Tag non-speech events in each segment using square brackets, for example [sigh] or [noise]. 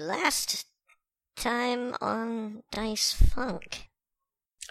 last time on Dice Funk.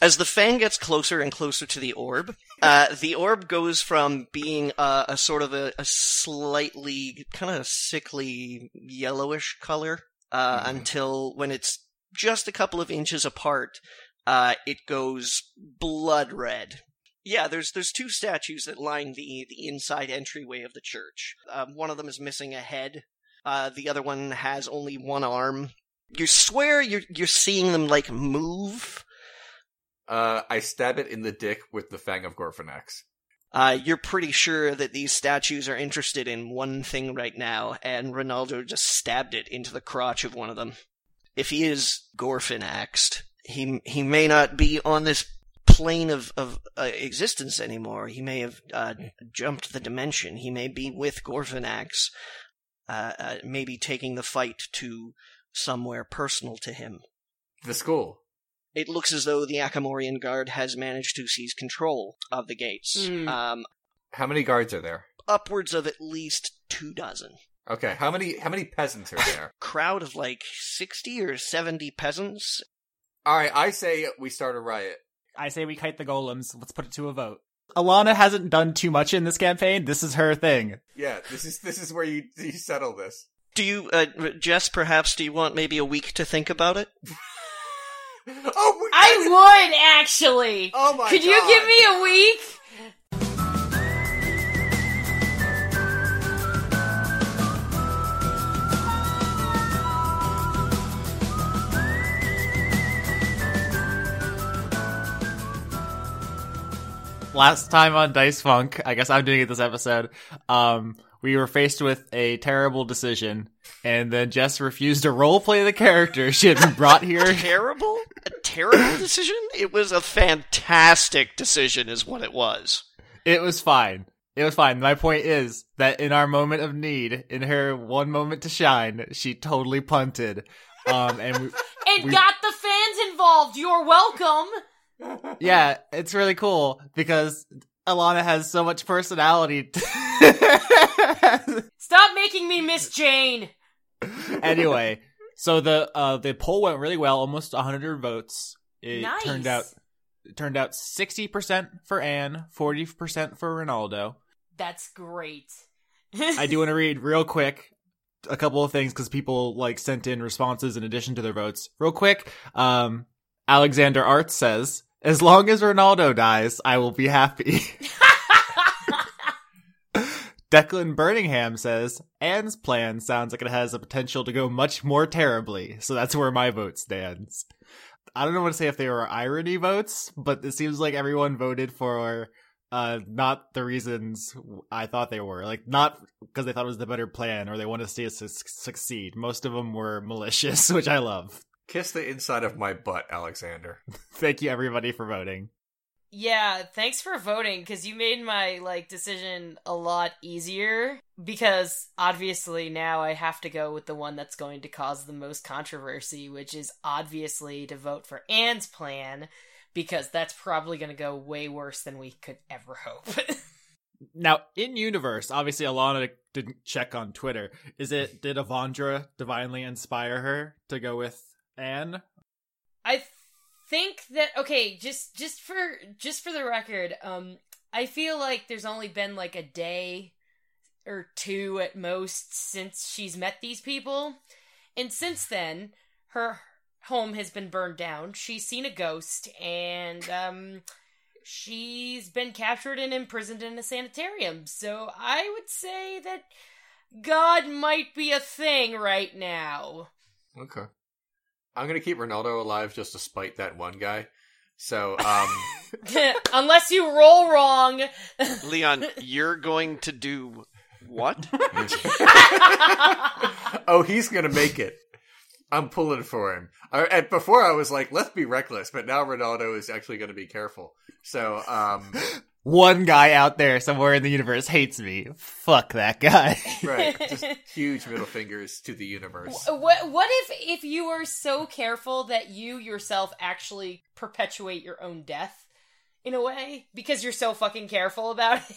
As the fan gets closer and closer to the orb, uh, the orb goes from being uh, a sort of a, a slightly kind of sickly yellowish color uh, Mhm. until when it's just a couple of inches apart, uh, it goes blood red. Yeah, there's there's two statues that line the the inside entryway of the church. Um, one of them is missing a head. Uh, the other one has only one arm. You swear you're you're seeing them like move. Uh, I stab it in the dick with the fang of Gorfanax. Uh, you're pretty sure that these statues are interested in one thing right now, and Ronaldo just stabbed it into the crotch of one of them. If he is Gorfinaxed, he he may not be on this plane of of uh, existence anymore. He may have uh, jumped the dimension. He may be with Gorfinax, uh, uh, maybe taking the fight to somewhere personal to him. The school. It looks as though the Akamorian guard has managed to seize control of the gates. Hmm. Um, How many guards are there? upwards of at least two dozen. Okay, how many how many peasants are [laughs] there? Crowd of like 60 or 70 peasants. All right, I say we start a riot. I say we kite the golems. Let's put it to a vote. Alana hasn't done too much in this campaign. This is her thing. Yeah, this is this is where you you settle this. [laughs] Do you, uh, Jess, perhaps, do you want maybe a week to think about it? Oh, we- I would actually. Oh my Could you God. give me a week? Last time on Dice Funk, I guess I'm doing it this episode. Um, we were faced with a terrible decision, and then Jess refused to roleplay the character she had been brought [laughs] here. Terrible? A terrible decision? It was a fantastic decision, is what it was. It was fine. It was fine. My point is that in our moment of need, in her one moment to shine, she totally punted. Um, and we, And We- got the fans involved. You're welcome. yeah, it's really cool because Alana has so much personality. [laughs] Stop making me miss Jane. anyway, so the uh, the poll went really well, almost 100 votes. It nice. turned out it turned out 60% for Anne, 40% for Ronaldo. That's great. I [laughs] do want to read real quick a couple of things because people like sent in responses in addition to their votes. Real quick, um, Alexander Arts says, "As long as Ronaldo dies, I will be happy." [laughs] Declan Birmingham says, "Anne's plan sounds like it has the potential to go much more terribly, so that's where my vote stands." I don't know what to say if they were irony votes, but it seems like everyone voted for uh not the reasons I thought they were. Like not because they thought it was the better plan or they wanted to see us su- succeed. Most of them were malicious, [laughs] which I love. Kiss the inside of my butt, Alexander. [laughs] Thank you everybody for voting. Yeah, thanks for voting because you made my like decision a lot easier. Because obviously now I have to go with the one that's going to cause the most controversy, which is obviously to vote for Anne's plan, because that's probably going to go way worse than we could ever hope. [laughs] Now, in universe, obviously Alana didn't check on Twitter. Is it did Avandra divinely inspire her to go with Anne? I think that okay, just just for just for the record, um I feel like there's only been like a day or two at most since she's met these people. And since then, her home has been burned down. She's seen a ghost and um she's been captured and imprisoned in a sanitarium. So I would say that God might be a thing right now. [laughs] Okay. I'm gonna keep Ronaldo alive just to spite that one guy. So, um, Unless you roll wrong. Leon, you're going to do what? [laughs] oh, he's gonna make it. I'm pulling for him. I, and before I was like, let's be reckless, but now Ronaldo is actually gonna be careful. So, um, One guy out there somewhere in the universe hates me. Fuck that [laughs] guy. right, just huge middle fingers to the universe. what what if if you are so careful that you yourself actually perpetuate your own death in a way because you're so [laughs] fucking careful about it?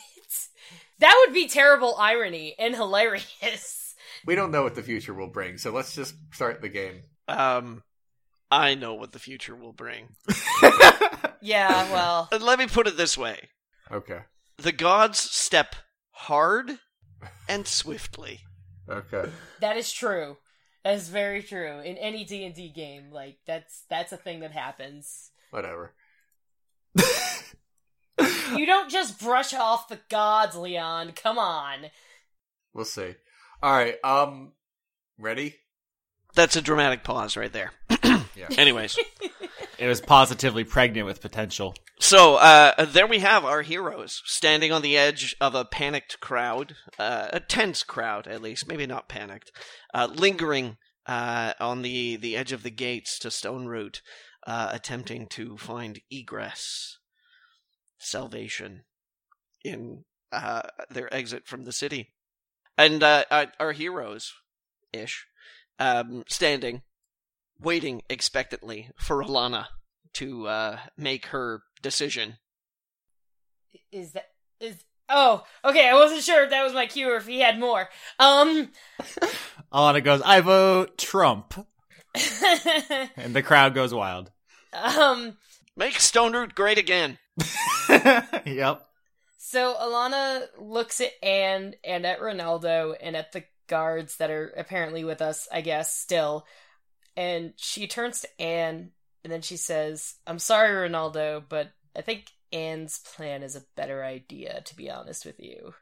That would be terrible irony and hilarious. [laughs] we don't know what the future will bring, so let's just start the game. Um, I know what the future will bring. Yeah, well, And let me put it this way: Okay. the gods step hard and swiftly. Okay. that is true. That is very true. In any D and D game, like that's that's a thing that happens. Whatever. You don't just brush off the gods, Leon. Come on. We'll see. All right. Um, ready? That's a dramatic pause right there. Yeah. Anyways, It was positively pregnant with potential. so uh, there we have our heroes standing on the edge of a panicked crowd, uh, a tense crowd at least, maybe not panicked, uh, lingering uh, on the the edge of the gates to Stone Root, uh, attempting to find egress, salvation, in uh, their exit from the city, and uh, uh, our heroes, ish, um, standing, waiting expectantly for Alana to uh, make her decision. Is that is? Oh, okay. I wasn't sure if that was my cue or if he had more. Um. Alana goes, I vote Trump. And the crowd goes [laughs] wild. [laughs] um. Make Stone Root great again. yep. So Alana looks at Anne and at Ronaldo and at the guards that are apparently with us, I guess, still. And she turns to Anne and then she says, I'm sorry, Ronaldo, but I think Anne's plan is a better idea, to be honest with you.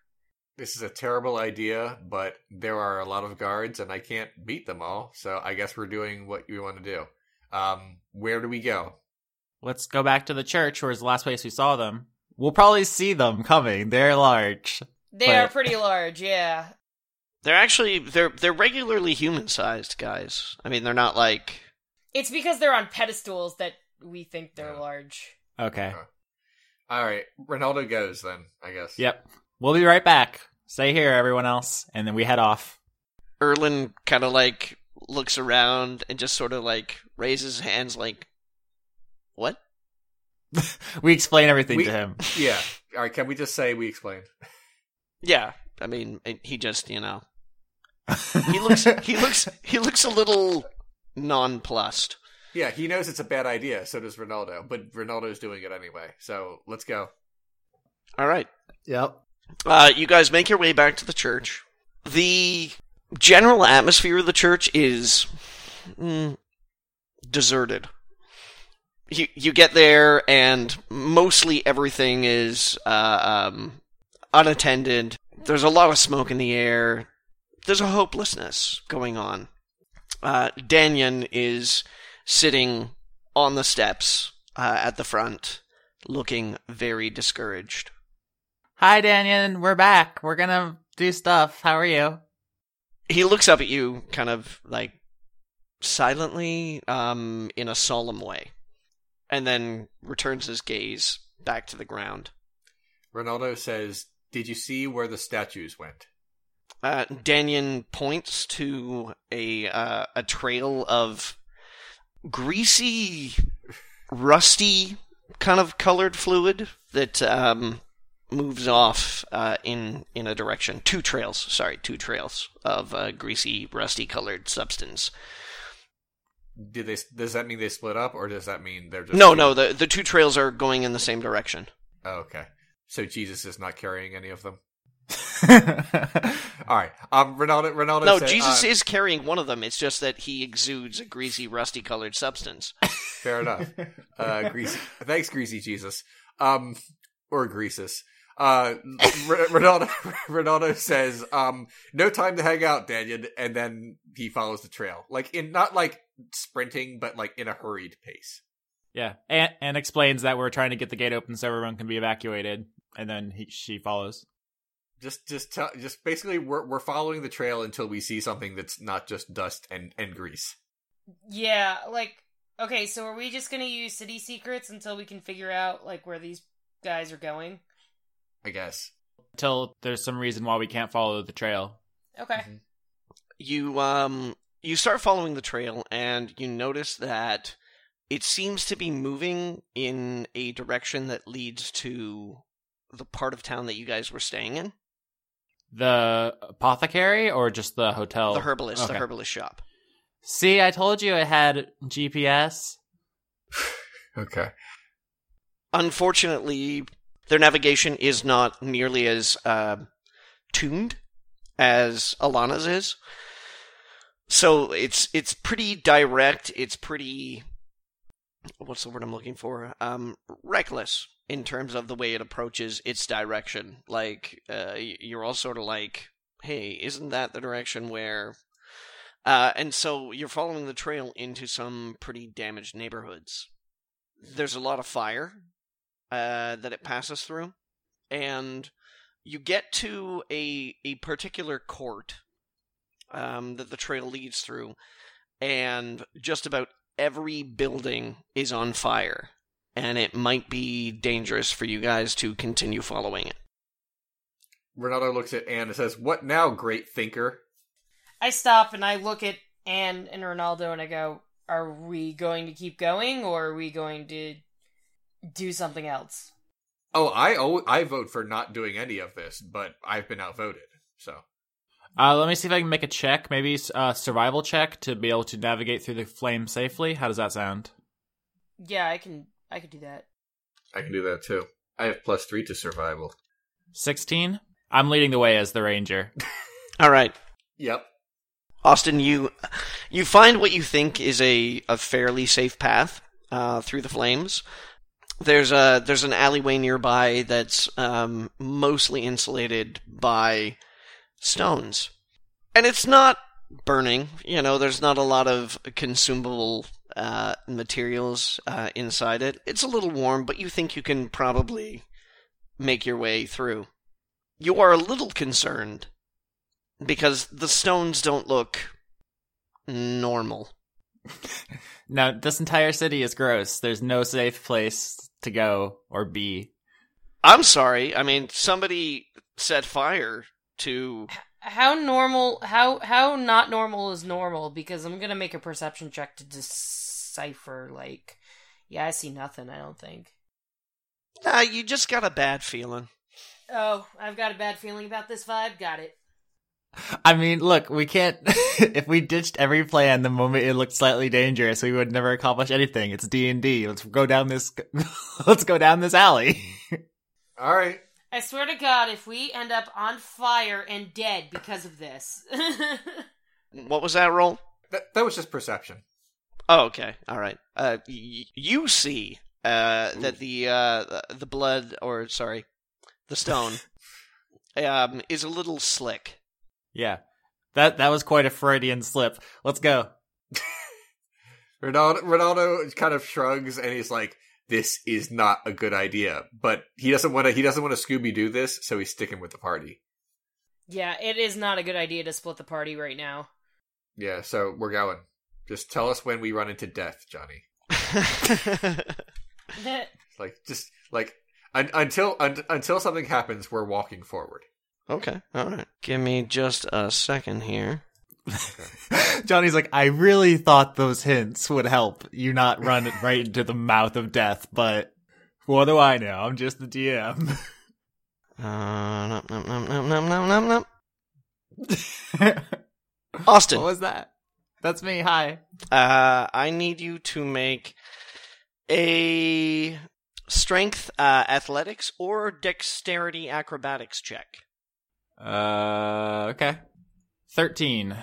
This is a terrible idea, but there are a lot of guards, and I can't beat them all. So I guess we're doing what you want to do. Um, where do we go? Let's go back to the church where's the last place we saw them. We'll probably see them coming. They're large. They Right. are pretty large, yeah. They're actually they're they're regularly human sized guys. I mean, they're not like It's because they're on pedestals that we think they're Yeah. large. Okay. All right. Ronaldo goes then. I guess. Yep. We'll be right back. Stay here, everyone else. And then we head off. Erlin kind of like looks around and just sort of like raises his hands like what? We explain everything We- to him. Yeah. All right. Can we just say we explained? Yeah. I mean, and he just, you know, he looks he looks he looks a little nonplussed. Yeah, he knows it's a bad idea. So does Ronaldo, but Ronaldo's doing it anyway. So let's go. All right. Yep. Uh, you guys make your way back to the church. The general atmosphere of the church is mm, deserted. You you get there and mostly everything is uh, um, unattended. There's a lot of smoke in the air. There's a hopelessness going on. Uh, Danyan is sitting on the steps uh, at the front, looking very discouraged. Hi, Daniel. We're back. We're going to do stuff. How are you? he looks up at you kind of like silently um in a solemn way and then returns his gaze back to the ground Ronaldo says, "Did you see where the statues went?" uh danyan points to a uh, a trail of greasy rusty kind of colored fluid that um moves off uh in in a direction two trails sorry two trails of uh, greasy rusty colored substance Did they? Does that mean they split up, or does that mean they're just No, no, the the two trails are going in the same direction. Oh, okay. So Jesus is not carrying any of them. yeah. All right. Um, Ronaldo. Ronaldo. No, said, Jesus uh, is carrying one of them. It's just that he exudes a greasy, rusty colored substance. [laughs] [laughs] fair enough. Uh, greasy. Thanks, greasy Jesus. Um, or Greasus. Uh, R- [laughs] Ronaldo. Ronaldo says, um, no time to hang out, Daniel, and then he follows the trail, like in not like sprinting, but like in a hurried pace. And, and explains that we're trying to get the gate open so everyone can be evacuated. And then he, she follows. Just, just, tell, just basically, we're we're following the trail until we see something that's not just dust and and grease. Yeah, like, okay, so are we just gonna use city secrets until we can figure out, like, where these guys are going? I guess. Till there's some reason why we can't follow the trail. Okay. You um you start following the trail and you notice that it seems to be moving in a direction that leads to the part of town that you guys were staying in. The apothecary or just the hotel? the herbalist, the Oh, okay. herbalist shop. See, I told you it had GPS. Okay. Unfortunately, their navigation is not nearly as uh, tuned as Alana's is. So it's it's pretty direct. It's pretty what's the word I'm looking for? Um, reckless in terms of the way it approaches its direction. Like uh, y- you're all sort of like, hey, isn't that the direction where? Uh, and so you're following the trail into some pretty damaged neighborhoods. There's a lot of fire uh, that it passes through, and you get to a a particular court um, that the trail leads through, and just about every building is on fire, and it might be dangerous for you guys to continue following it. Renato looks at Anne and says, What now, great thinker? I stop and I look at Anne and Ronaldo and I go, Are we going to keep going or are we going to do something else? Oh, I al- I vote for not doing any of this, but I've been outvoted. So Uh, let me see if I can make a check, maybe a survival check to be able to navigate through the flame safely. How does that sound? Yeah, I can I can do that. I can do that too. I have plus three to survival. 16? I'm leading the way as the ranger. [laughs] All right, Yep. Austin, you you find what you think is a, a fairly safe path uh, through the flames. There's a there's an alleyway nearby that's um, mostly insulated by stones, and it's not burning. You know, there's not a lot of consumable uh, materials uh, inside it. It's a little warm, but you think you can probably make your way through. You are a little concerned because the stones don't look normal. Now, this entire city is gross. There's no safe place to go or be. I'm sorry. I mean, somebody set fire to. How normal how how not normal is normal because I'm gonna make a perception check to decipher like yeah, I see nothing, I don't think. Nah, you just got a bad feeling. Oh, I've got a bad feeling about this vibe, got it. I mean, look, we can't. [laughs] if we ditched every plan the moment it looked slightly dangerous, we would never accomplish anything. It's D and D. Let's go down this. [laughs] let's go down this alley. [laughs] All right. I swear to God, if we end up on fire and dead because of this. [laughs] What was that roll? That that was just perception. Oh, okay. All right. Uh, y- you see uh, that the uh, the blood, or sorry, the [laughs] stone, um, is a little slick. yeah, that that was quite a Freudian slip. Let's go. Ronaldo, Ronaldo kind of shrugs and he's like, "This is not a good idea." But he doesn't want to. He doesn't want to Scooby Doo this, so he's sticking with the party. yeah, it is not a good idea to split the party right [laughs] now. Yeah. So we're going. Just tell us when we run into death, Johnny. Like just like un- until un- until something happens, we're walking forward. [laughs] okay. All right. Give me just a second here. [laughs] Johnny's like, I really thought those hints would help you not [laughs] run right into the mouth of death, but what do I know? I'm just the [laughs] DM. Uh, nom, nom, nom, nom, nom, nom, nom, nom. Austin. What was that? That's me. Hi. Uh, I need you to make a strength uh, athletics or dexterity acrobatics check. Uh, okay. 13.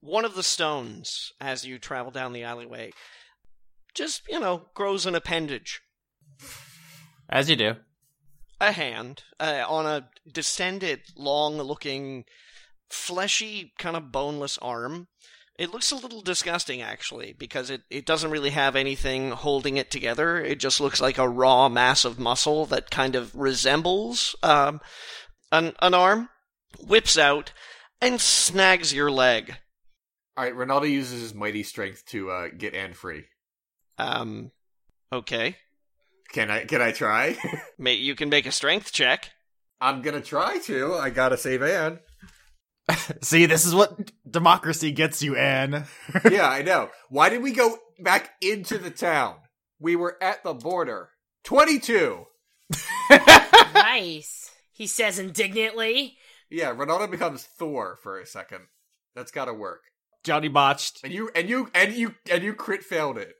One of the stones, as you travel down the alleyway, just, you know, grows an appendage, As you do. a hand, uh, on a distended, long looking, fleshy, kind of boneless arm. It looks a little disgusting, actually, because it, it doesn't really have anything holding it together. It just looks like a raw mass of muscle that kind of resembles um, an, an arm, whips out, and snags your leg. All right. Ronaldo uses his mighty strength to uh, get Anne free. Um, okay. Can I? Can I try? [laughs] May, you can make a strength check. I'm gonna try to. I gotta save Anne. See, this is what democracy gets you, Anne. yeah, I know. Why did we go back into the town? We were at the border. 22. nice. He says indignantly. Yeah, Renata becomes Thor for a second. That's got to work. Johnny [laughs] botched. And you and you and you and you crit failed it.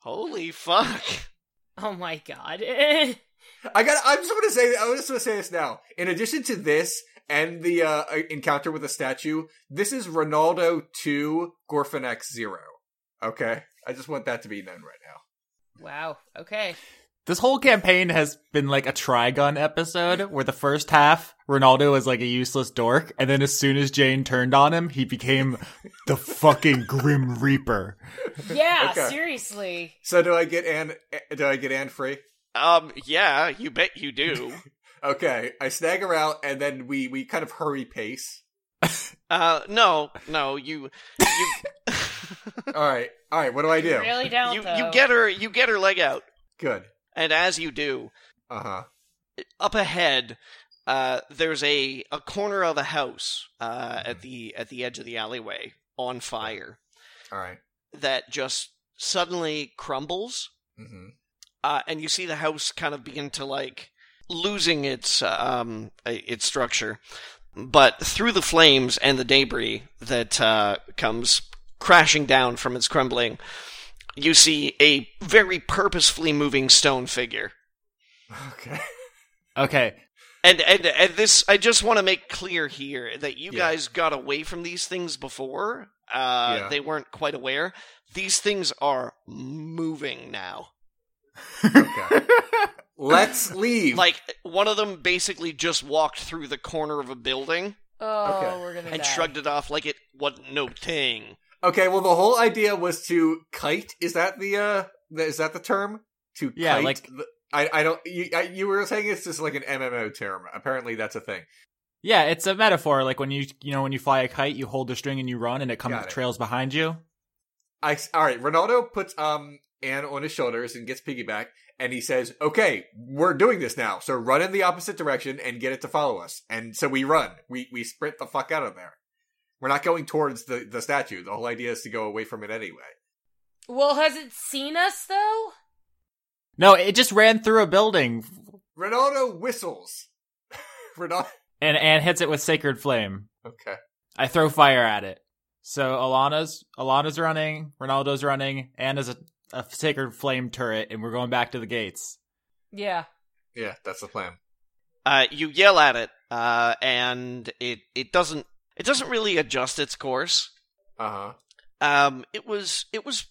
Holy fuck. Oh my god. [laughs] I got. I'm just going to say. I'm just going to say this now. In addition to this and the uh, encounter with a statue, this is Ronaldo two, Gorfanax zero. Okay, I just want that to be known right now. wow. [laughs] Okay. This whole campaign has been like a Trigun episode where the first half, Ronaldo was like a useless dork, and then as soon as Jane turned on him, he became the fucking [laughs] Grim Reaper. Yeah, Okay. seriously. So do I get Anne? eh, Do I get Anne free? Um, yeah, you bet you do. Okay, I snag her out, and then we we kind of hurry pace. uh, no, no, you, you, All right, all right. What do I do? Really don't you, though. you get her, you get her leg out, Good. and as you do, Uh huh. up ahead, uh, there's a a corner of a house, uh, at the at the edge of the alleyway on fire All right. that just suddenly crumbles, Mm-hmm. [laughs] uh, and you see the house kind of begin to like losing its um its structure, but through the flames and the debris that uh, comes crashing down from its crumbling, you see a very purposefully moving stone figure. Okay. Okay. And and and this, I just want to make clear here that you Yeah. guys got away from these things before. Uh, Yeah. They weren't quite aware. These things are moving now. Okay. Let's leave. Like one of them basically just walked through the corner of a building Oh, Okay. we're gonna and die. shrugged it off like it wasn't no thing. Okay, well, the whole idea was to kite. Is that the uh? th- Is that the term? To Yeah, kite. like- the- I I don't. You I, you were saying it's just like an MMO term. Apparently, that's a thing. Yeah, it's a metaphor. Like when you, you know, when you fly a kite, you hold the string and you run, and it comes Got it. trails behind you. I s- all right. Ronaldo puts um Anne on his shoulders and gets piggyback, and he says, "Okay, we're doing this now. So run in the opposite direction and get it to follow us." And so we run. We we sprint the fuck out of there. We're not going towards the the statue. The whole idea is to go away from it anyway. Well, has it seen us though? No, it just ran through a building, Ronaldo whistles. [laughs] Ronaldo. and Anne hits it with sacred flame. Okay. I throw fire at it. So Alana's Alana's running, Ronaldo's running, Anne is a, a sacred flame turret, and we're going back to the gates. Yeah. Yeah, that's the plan. Uh, you yell at it, uh, and it it doesn't it doesn't really adjust its course. Uh huh. Um, it was it was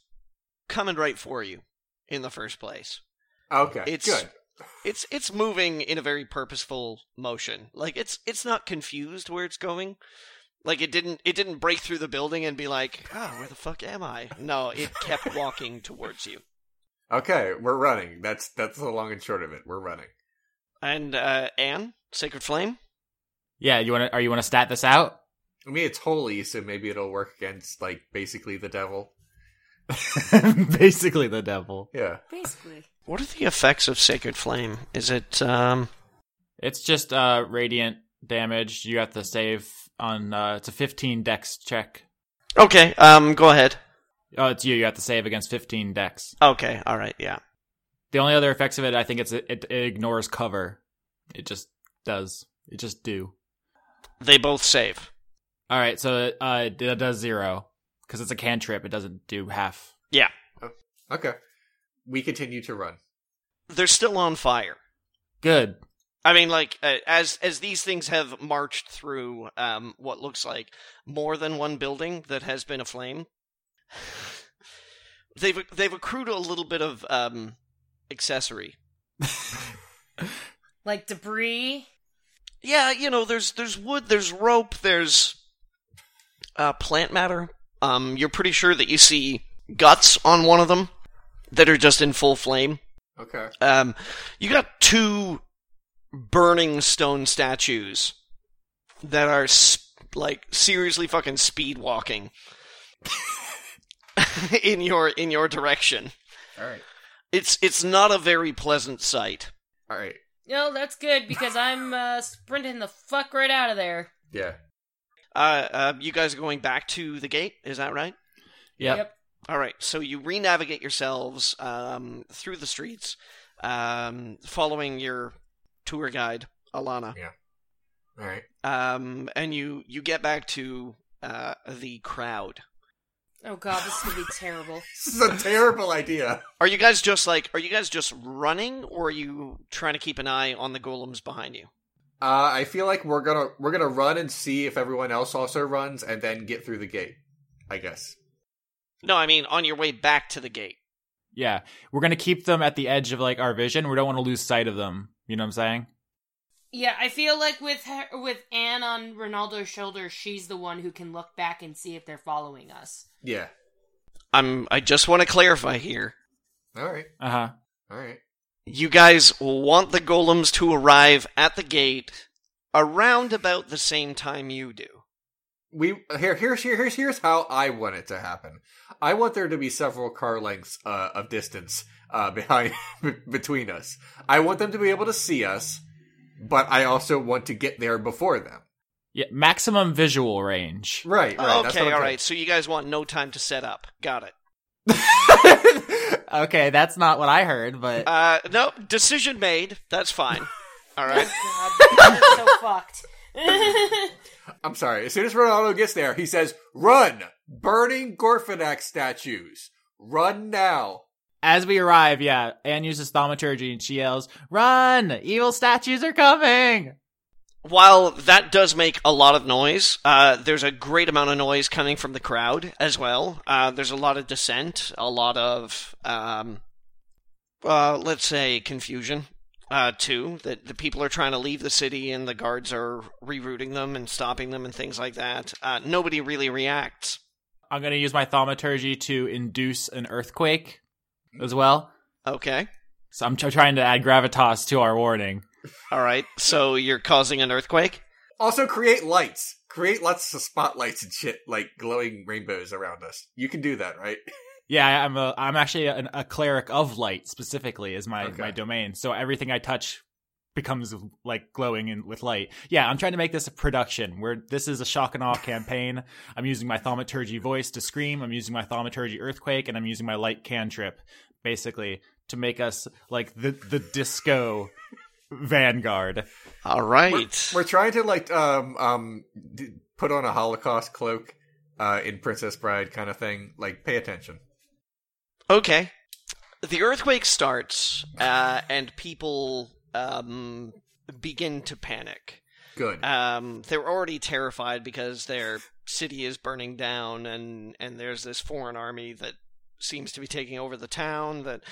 coming right for you in the first place. Okay, It's- good. it's it's moving in a very purposeful motion. Like it's it's not confused where it's going. Like it didn't it didn't break through the building and be like, "Ah, where the fuck am I?" No, it kept walking towards you. Okay, we're running. That's that's the long and short of it. We're running. And uh Anne, Sacred Flame? Yeah, you want to? Are you want to stat this out? I mean, it's holy, so maybe it'll work against like basically the devil. Basically, the devil. Yeah. Basically. What are the effects of Sacred Flame? Is it um It's just uh radiant damage. You have to save on. Uh, it's a 15 dex check. Okay, um go ahead. Oh, it's you. You have to save against 15 dex. Okay, all right, yeah. The only other effects of it, I think, it's it, it ignores cover. It just does. It just do. They both save. All right, so uh, it does zero because it's a cantrip. It doesn't do half. Okay. We continue to run. They're still on fire. Good. I mean, like uh, as as these things have marched through um, what looks like more than one building that has been aflame, [sighs] they've they've accrued a little bit of um, accessory. Like debris. Yeah, you know, there's there's wood, there's rope, there's uh, plant matter. Um, you're pretty sure that you see guts on one of them that are just in full flame. Okay. Um, you got two burning stone statues that are sp- like seriously fucking speed walking [laughs] in your in your direction. All right. It's it's not a very pleasant sight. All right. No, that's good because I'm uh, sprinting the fuck right out of there. Yeah. Uh, uh, you guys are going back to the gate, is that right? Yep. All right, so you re-navigate yourselves um, through the streets, um, following your tour guide Alana. All right. [laughs] Um, and you you get back to uh the crowd. Oh god, this is gonna be terrible. This is a terrible idea. Are you guys just like are you guys just running or are you trying to keep an eye on the golems behind you? Uh, I feel like we're gonna we're gonna run and see if everyone else also runs, and then get through the gate. I guess. No, I mean on your way back to the gate. Yeah, we're gonna keep them at the edge of like our vision. We don't want to lose sight of them. You know what I'm saying? Yeah, I feel like with her, with Anne on Ronaldo's shoulder, she's the one who can look back and see if they're following us. Yeah. I'm Um, I just want to clarify here. All right. Uh huh. All right. You guys want the golems to arrive at the gate around about the same time you do. We here here's here, here's here's how I want it to happen. I want there to be several car lengths uh, of distance uh, [laughs] behind between us. I want them to be able to see us, but I also want to get there before them. Yeah, maximum visual range. Right. right that's what okay, I'm all saying. right. So you guys want no time to set up. Got it. okay, that's not what I heard, but Uh no, decision made. That's [laughs] fine. All right. God, [laughs] that's so fucked. [laughs] I'm sorry. As soon as Ronaldo gets there, he says, "Run! Burning Gorfanax statues! Run now!" [laughs] as we arrive, yeah, Anne uses thaumaturgy and she yells, "Run! Evil statues are coming!" While that does make a lot of noise, uh, there's a great amount of noise coming from the crowd as well. Uh, there's a lot of dissent, a lot of, um, uh, let's say, confusion, uh, too, that the people are trying to leave the city and the guards are rerouting them and stopping them and things like that. Uh, nobody really reacts. I'm gonna use my thaumaturgy to induce an earthquake as well. Okay. So I'm tr- trying to add gravitas to our warning. All right. So you're causing an earthquake? Also, create lights. Create lots of spotlights and shit, like glowing rainbows around us. You can do that, right? Yeah, I- I'm a I'm actually an, a cleric of light specifically is my Okay. my domain. So everything I touch becomes like glowing and with light. Yeah, I'm trying to make this a production where this is a shock and awe campaign. I'm using my thaumaturgy voice to scream. I'm using my thaumaturgy earthquake, and I'm using my light cantrip basically to make us like the the disco vanguard. All right. We're trying to like um um d- put on a Holocaust cloak, uh, in Princess Bride kind of thing. Like, pay attention. Okay. The earthquake starts, uh, and people um, begin to panic. Good. Um, they're already terrified because their city is burning down, and, and there's this foreign army that seems to be taking over the town that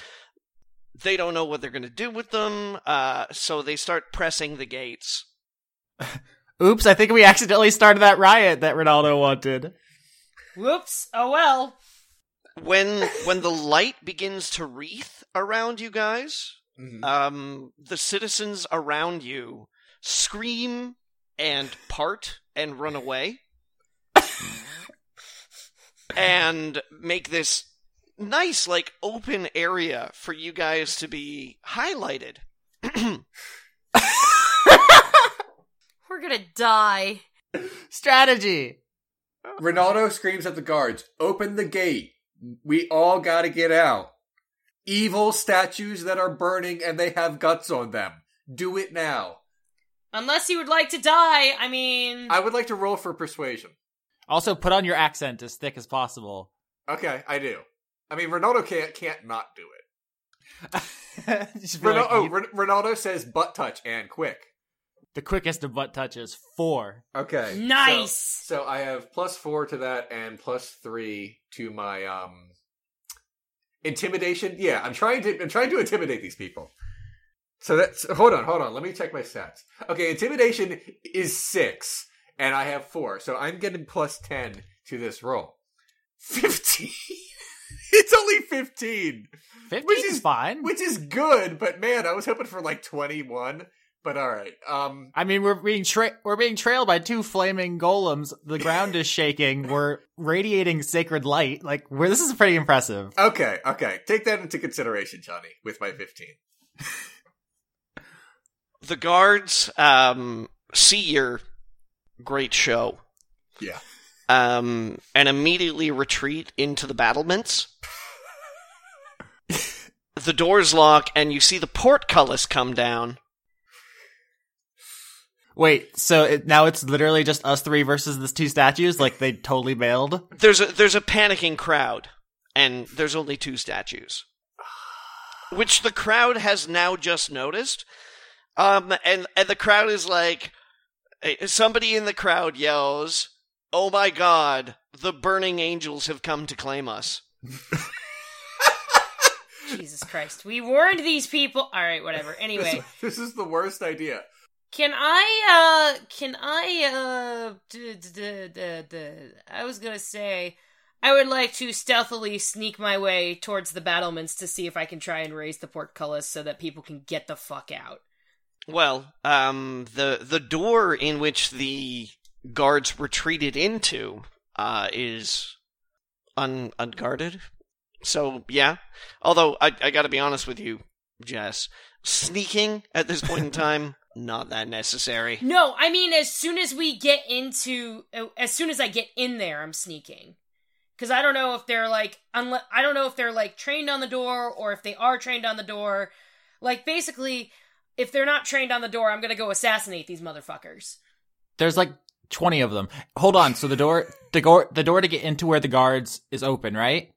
they don't know what they're going to do with them, uh, so they start pressing the gates. Oops, I think we accidentally started that riot that Ronaldo wanted. Whoops. Oh well. When when the light begins to wreath around you guys, Mhm. um, the citizens around you scream and part and run away and make this nice like open area for you guys to be highlighted [clears throat] We're gonna die. Strategy. uh, Ronaldo screams at the guards, "Open the gate! We all got to get out! Evil statues that are burning and they have guts on them. Do it now!" Unless you would like to die. I mean, I would like to roll for persuasion. Also, put on your accent as thick as possible. Okay, I do. I mean, Ronaldo can't can't not do it. [laughs] Just be Ronaldo, like, oh, you- Ren- Ronaldo says butt touch and quick. the quickest of butt touches four. Okay, so- Nice. So, I have plus four to that and plus three to my um intimidation. Yeah, I'm trying to I'm trying to intimidate these people. So that's hold on, hold on. Let me check my stats. Okay, intimidation is six, and I have four, so I'm getting plus ten to this roll. Fifteen. [laughs] it's only fifteen. Fifteen Which is, is- fine. which is good but man i was hoping for like 21 but all right um I mean, we're being tra- we're being trailed by two flaming golems. The ground is shaking. We're radiating sacred light. Like, we're, this is pretty impressive. okay okay take that into consideration johnny with my 15 the guards um, see your great show yeah um, and immediately retreat into the battlements. the doors lock, and you see the portcullis come down. Wait, so it, now it's literally just us three versus these two statues? Like they totally bailed? There's a there's a panicking crowd, and there's only two statues, which the crowd has now just noticed. Um, and and the crowd is like, eh, somebody in the crowd yells, "Oh my God! The burning angels have come to claim us." Jesus Christ. We warned these people. All right, whatever. Anyway, [laughs] This, is the worst idea. can I, uh, can I, uh, d- d- d- d- d- I was gonna say, I would like to stealthily sneak my way towards the battlements to see if I can try and raise the portcullis so that people can get the fuck out. Well, um, the the door in which the guards retreated into uh, is un- unguarded. So yeah, although I I got to be honest with you, Jess, sneaking at this point in time not that necessary. No, I mean, as soon as we get into, uh, as soon as I get in there, I'm sneaking. Because I don't know if they're like, unle- I don't know if they're like trained on the door or if they are trained on the door. Like, basically, if they're not trained on the door, I'm going to go assassinate these motherfuckers. There's like 20 of them. Hold on. So the door, the door, the door to get into where the guards is open, right?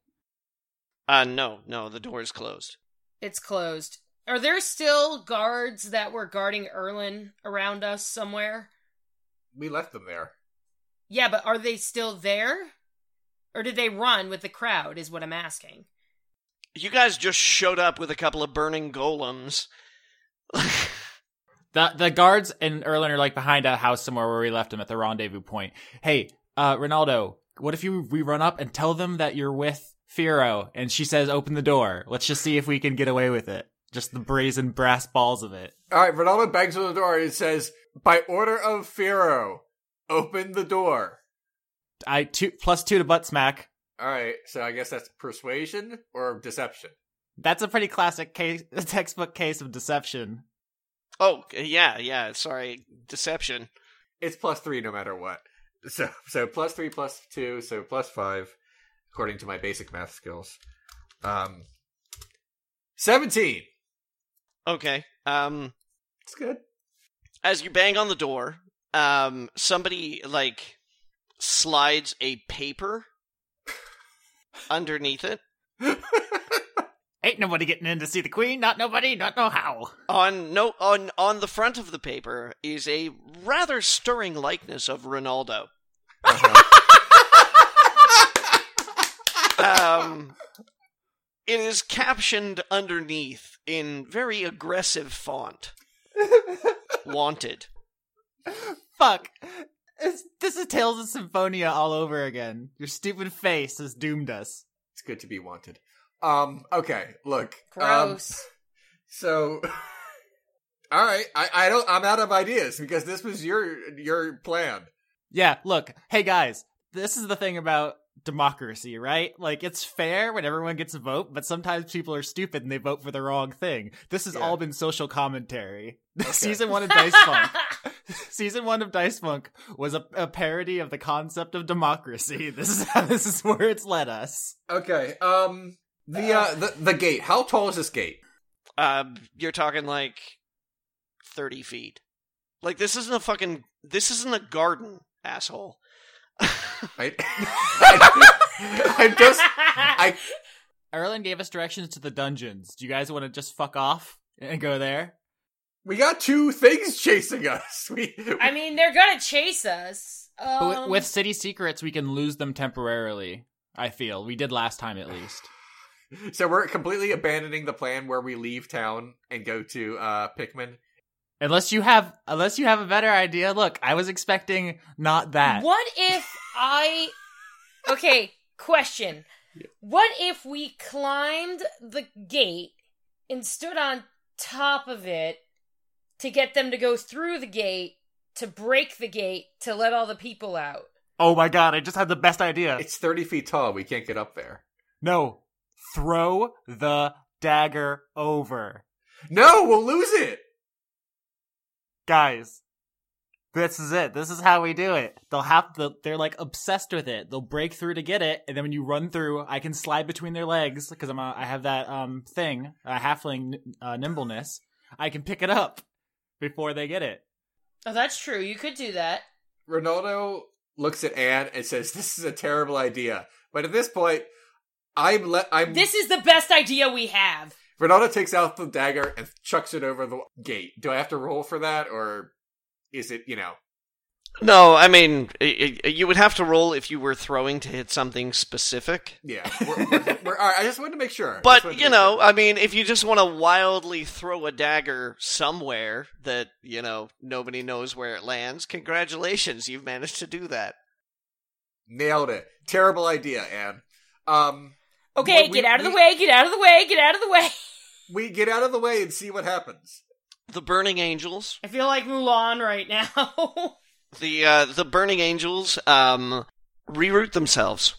Uh no, no, the door is closed. It's closed. Are there still guards that were guarding Erlin around us somewhere? We left them there. Yeah, but are they still there? Or did they run with the crowd, is what I'm asking. You guys just showed up with a couple of burning golems. The the guards and Erlen are like behind a house somewhere where we left them at the rendezvous point. Hey, uh, Ronaldo, what if you we run up and tell them that you're with Firo and she says open the door. Let's just see if we can get away with it. Just the brazen brass balls of it. All right, Ronaldo bangs on the door and says, "By order of Pharaoh, open the door." I two plus two to butt smack. All right, so I guess that's persuasion or deception. That's a pretty classic case, [laughs] textbook case of deception. Oh yeah, yeah. Sorry, deception. It's plus three no matter what. So so plus three plus two, so plus five, according to my basic math skills. Um, seventeen. Okay. Um. It's [laughs] good. as you bang on the door, um, somebody like slides a paper underneath it. Ain't nobody getting in to see the queen. Not nobody. Not no how. On no on on the front of the paper is a rather stirring likeness of Ronaldo. Uh-huh. Um, it is captioned underneath in very aggressive font. Wanted. Fuck. It's, this is Tales of Symphonia all over again. Your stupid face has doomed us. It's good to be wanted. Um, okay, look. Um, Gross. so [laughs] all right, I, I don't I'm out of ideas because this was your your plan. Yeah, look, hey guys, this is the thing about democracy, right? Like, it's fair when everyone gets a vote, but sometimes people are stupid and they vote for the wrong thing. This has Yeah. all been social commentary. [laughs] Okay. Season one of Um, Dice Funk. [laughs] Season one of Dice Funk was a, a parody of the concept of democracy. [laughs] This is how this is where it's led us. Okay. Um the uh the, the gate. How tall is this gate? Um, you're talking like thirty feet. Like this isn't a fucking this isn't a garden, asshole. I, [laughs] I, I just I Erlen gave us directions to the dungeons. Do you guys want to just fuck off and go there? we got two things chasing us. [laughs] We [laughs] I mean, they're gonna chase us. Um, But with, with city secrets, we can lose them temporarily. I feel we did last time at least. so we're completely abandoning the plan where we leave town and go to uh Pikmin. Unless you have, unless you have a better idea. Look, I was expecting not that. what if I? Okay, question. What if we climbed the gate and stood on top of it to get them to go through the gate, to break the gate, to let all the people out? Oh my god, I just had the best idea. It's 30 feet tall. We can't get up there. No, throw the dagger over, No, we'll lose it. Guys, this is it. This is how we do it. They'll have the. They're like obsessed with it. They'll break through to get it, and then when you run through, I can slide between their legs because I'm. A, I have that um thing, uh, halfling uh, nimbleness. I can pick it up before they get it. Oh, that's true. You could do that. Ronaldo looks at Anne and says, "This is a terrible idea." But at this point, I'm le- I'm This is the best idea we have. Ronaldo takes out the dagger and chucks it over the gate. Do I have to roll for that, or is it you know? No, I mean, i i you would have to roll if you were throwing to hit something specific. Yeah, we're, we're, we're, all right, I just wanted to make sure. Just But, wanted to you make know, sure. I mean, if you just want to wildly throw a dagger somewhere that, you know, nobody knows where it lands, congratulations, you've managed to do that. nailed it. Terrible idea, Anne. Um, Okay, Well, we- get out of the we- way, get out of the way, get out of the way. we get out of the way and see what happens. The Burning Angels. I feel like Mulan right now. The uh, the Burning Angels um, reroute themselves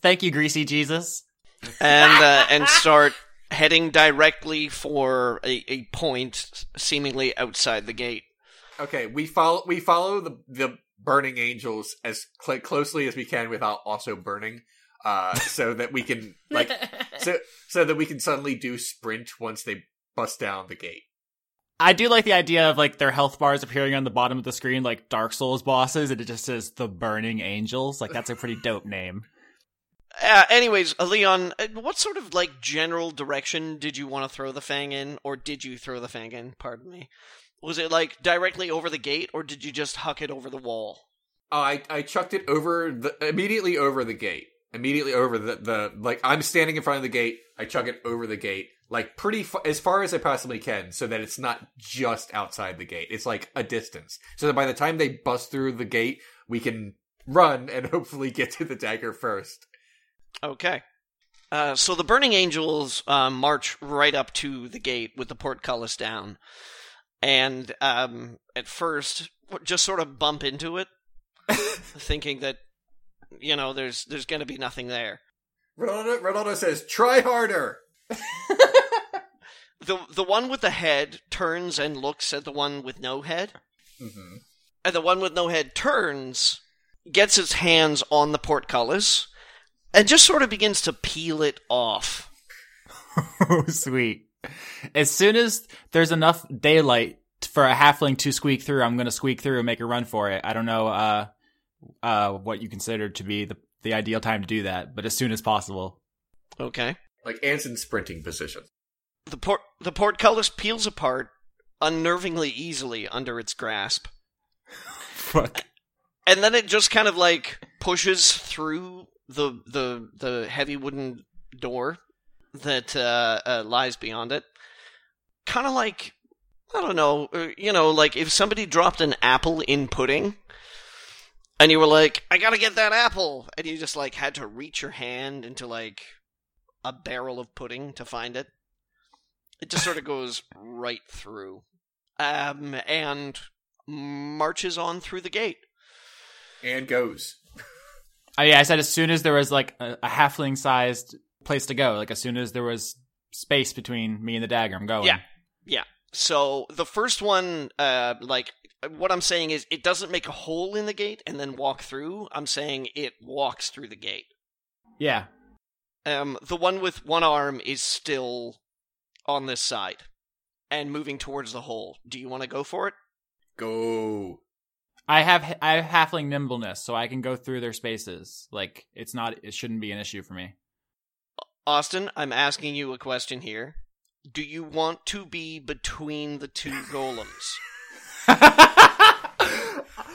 Thank you, Greasy Jesus. and uh, and start heading directly for a, a point seemingly outside the gate. Okay, we follow we follow the the burning angels as cl- closely as we can without also burning, uh, so that we can [laughs] like so so that we can suddenly do sprint once they bust down the gate. I do like the idea of like their health bars appearing on the bottom of the screen like Dark Souls bosses, and it just says the Burning Angels. Like that's a pretty dope name. [laughs] Uh, anyways, uh, Leon, uh, what sort of like general direction did you want to throw the fang in, or did you throw the fang in? Pardon me. Was it like directly over the gate, or did you just huck it over the wall? Oh, I I chucked it over the immediately over the gate, immediately over the the like I'm standing in front of the gate. I chuck it over the gate, like pretty fa- as far as I possibly can, so that it's not just outside the gate. It's like a distance, so that by the time they bust through the gate, we can run and hopefully get to the dagger first. Okay. Uh, so the Burning Angels uh, march right up to the gate with the portcullis down, and um, at first w- just sort of bump into it, thinking that you know there's there's going to be nothing there. Ronaldo, Ronaldo says, "Try harder." the The one with the head turns and looks at the one with no head, hmm and the one with no head turns, gets its hands on the portcullis, and just sort of begins to peel it off. oh, sweet. As soon as there's enough daylight for a halfling to squeak through, I'm going to squeak through and make a run for it. I don't know uh, uh, what you consider to be the, the ideal time to do that, but as soon as possible. Okay. Like Anson sprinting position. The port the portcullis peels apart unnervingly easily under its grasp. Fuck. And then it just kind of like pushes through the the the heavy wooden door that uh, uh lies beyond it. Kind of like I don't know, uh, you know, like if somebody dropped an apple in pudding and you were like, "I got to get that apple." And you just like had to reach your hand into like a barrel of pudding to find it. It just sort of goes right through. Um and marches on through the gate. And goes. I, Oh, yeah, I said as soon as there was like a, a halfling sized place to go, like as soon as there was space between me and the dagger, I'm going. Yeah. So the first one, uh, like what I'm saying is, it doesn't make a hole in the gate and then walk through. I'm saying it walks through the gate. Yeah. Um, the one with one arm is still on this side and moving towards the hole. Do you want to go for it? Go. I have I have halfling nimbleness, so I can go through their spaces. Like it's not it shouldn't be an issue for me. Austin, I'm asking you a question here. Do you want to be between the two golems? [laughs]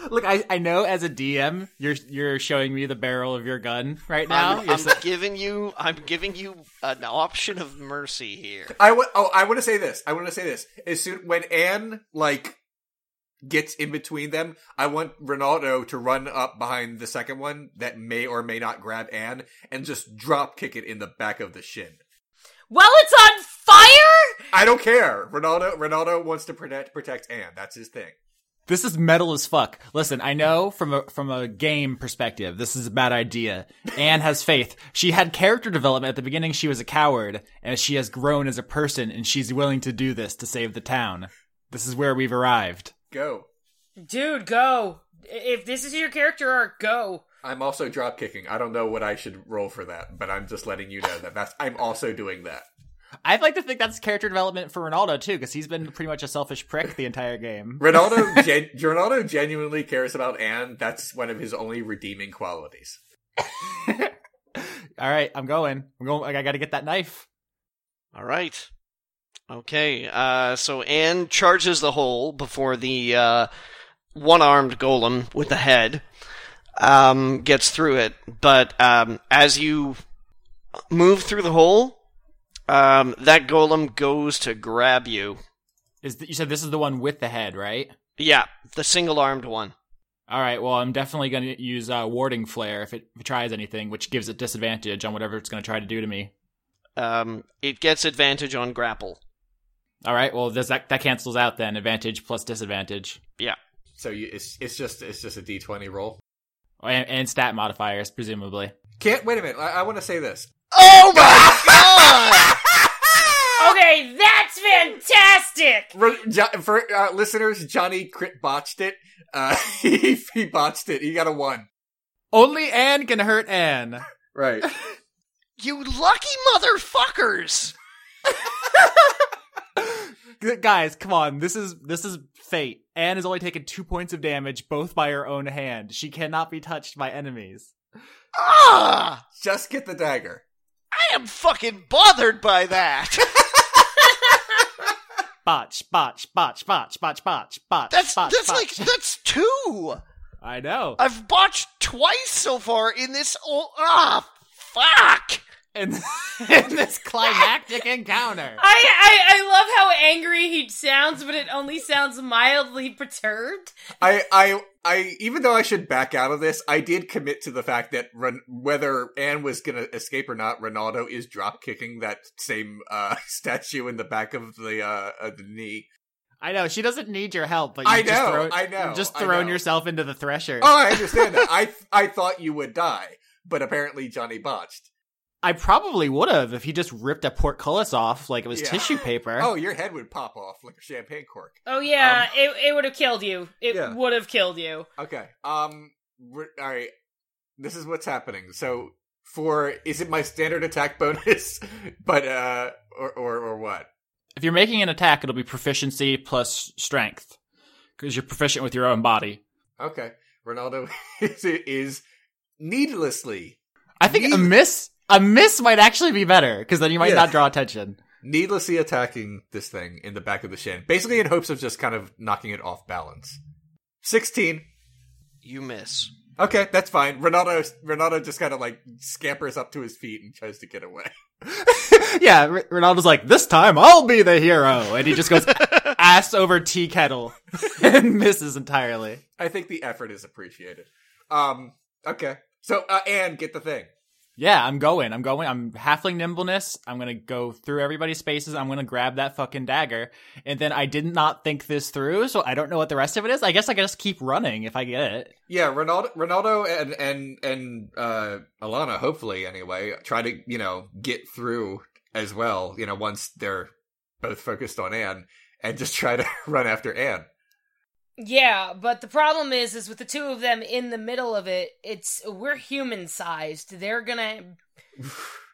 Look, I, I know as a DM, you're you're showing me the barrel of your gun right now. I'm, You're I'm sa- giving you, I'm giving you an option of mercy here. I want. Oh, I want to say this. I want to say this. As soon when Anne like gets in between them, I want Ronaldo to run up behind the second one that may or may not grab Anne and just drop kick it in the back of the shin. well, it's on fire? I don't care. Ronaldo. Ronaldo wants to protect protect Anne. That's his thing. this is metal as fuck. Listen, I know from a from a game perspective, this is a bad idea. Anne has faith. She had character development at the beginning. She was a coward, and she has grown as a person, and she's willing to do this to save the town. This is where we've arrived. Go. Dude, go. I- If this is your character arc, go. I'm also drop kicking. I don't know what I should roll for that, but I'm just letting you know that that's. I'm also doing that. I'd like to think that's character development for Ronaldo too, because he's been pretty much a selfish prick the entire game. Ronaldo, gen- Ronaldo genuinely cares about Anne. That's one of his only redeeming qualities. All right, I'm going. I'm going. I got to get that knife. All right. Okay. Uh, so Anne charges the hole before the uh, one-armed golem with the head um, gets through it. But um, as you move through the hole, um, that golem goes to grab you. Is th- you said this is the one with the head, right? Yeah, the single-armed one. All right. Well, I'm definitely going to use uh, warding flare if it, if it tries anything, which gives it disadvantage on whatever it's going to try to do to me. Um, it gets advantage on grapple. All right. Well, does that that cancels out then? Advantage plus disadvantage So you, it's it's just it's just a D twenty roll. and, and stat modifiers, presumably. Can't wait a minute. I, I want to say this. Oh [laughs] my god! Okay, that's fantastic. Ro- Jo- For uh, listeners, Johnny crit botched it. Uh, [laughs] he, he botched it. He got a one. Only Anne can hurt Anne. Right. You lucky motherfuckers! G- Guys, come on. This is this is fate. Anne has only taken two points of damage, both by her own hand. She cannot be touched by enemies. Ah! Just get the dagger. I am fucking bothered by [laughs] that! Botch, botch, botch, botch, botch, botch, botch. That's botch, that's botch. like that's two. I know. I've botched twice so far in this. Oh, ah, fuck! in, [laughs] in this climactic encounter. I, I I love how angry he sounds, but it only sounds mildly [laughs] perturbed. I, I, I, even though I should back out of this, I did commit to the fact that Ren- whether Anne was going to escape or not, Ronaldo is drop kicking that same uh, [laughs] statue in the back of the, uh, of the knee. I know she doesn't need your help, but you I just know, thrown- I know, you've just I thrown know. yourself into the thresher. [laughs] Oh, I understand that. I, I thought you would die, but apparently Johnny botched. I probably would have if he just ripped a portcullis off like it was Yeah. tissue paper. Oh, your head would pop off like a champagne cork. Oh yeah, it it would have killed you. It yeah. would have killed you. Okay. Um. We're, all right. This is what's happening. So for is it my standard attack bonus? [laughs] but uh, or or or what? If you're making an attack, it'll be proficiency plus strength because you're proficient with your own body. Okay. Ronaldo [laughs] is, is needlessly I think a Neither- miss, a miss might actually be better because then you might Yeah. not draw attention. needlessly attacking this thing in the back of the shin, basically in hopes of just kind of knocking it off balance. Sixteen. You miss. Okay, that's fine. Ronaldo Ronaldo just kind of like scampers up to his feet and tries to get away. [laughs] yeah, R- Ronaldo's like, this time I'll be the hero, and he just [laughs] goes ass over tea kettle [laughs] and misses entirely. I think the effort is appreciated. Um. Okay. So uh, and get the thing. Yeah, I'm going. I'm going. I'm halfling nimbleness. I'm gonna go through everybody's spaces. I'm gonna grab that fucking dagger. And then I did not think this through, so I don't know what the rest of it is. I guess I can just keep running if I get it. Yeah, Ronaldo, Ronaldo, and and and uh, Alana, hopefully anyway, try to you know get through as well. You know, once they're both focused on Anne, and just try to [laughs] run after Anne. Yeah, but the problem is, is with the two of them in the middle of it, it's we're human sized. They're gonna,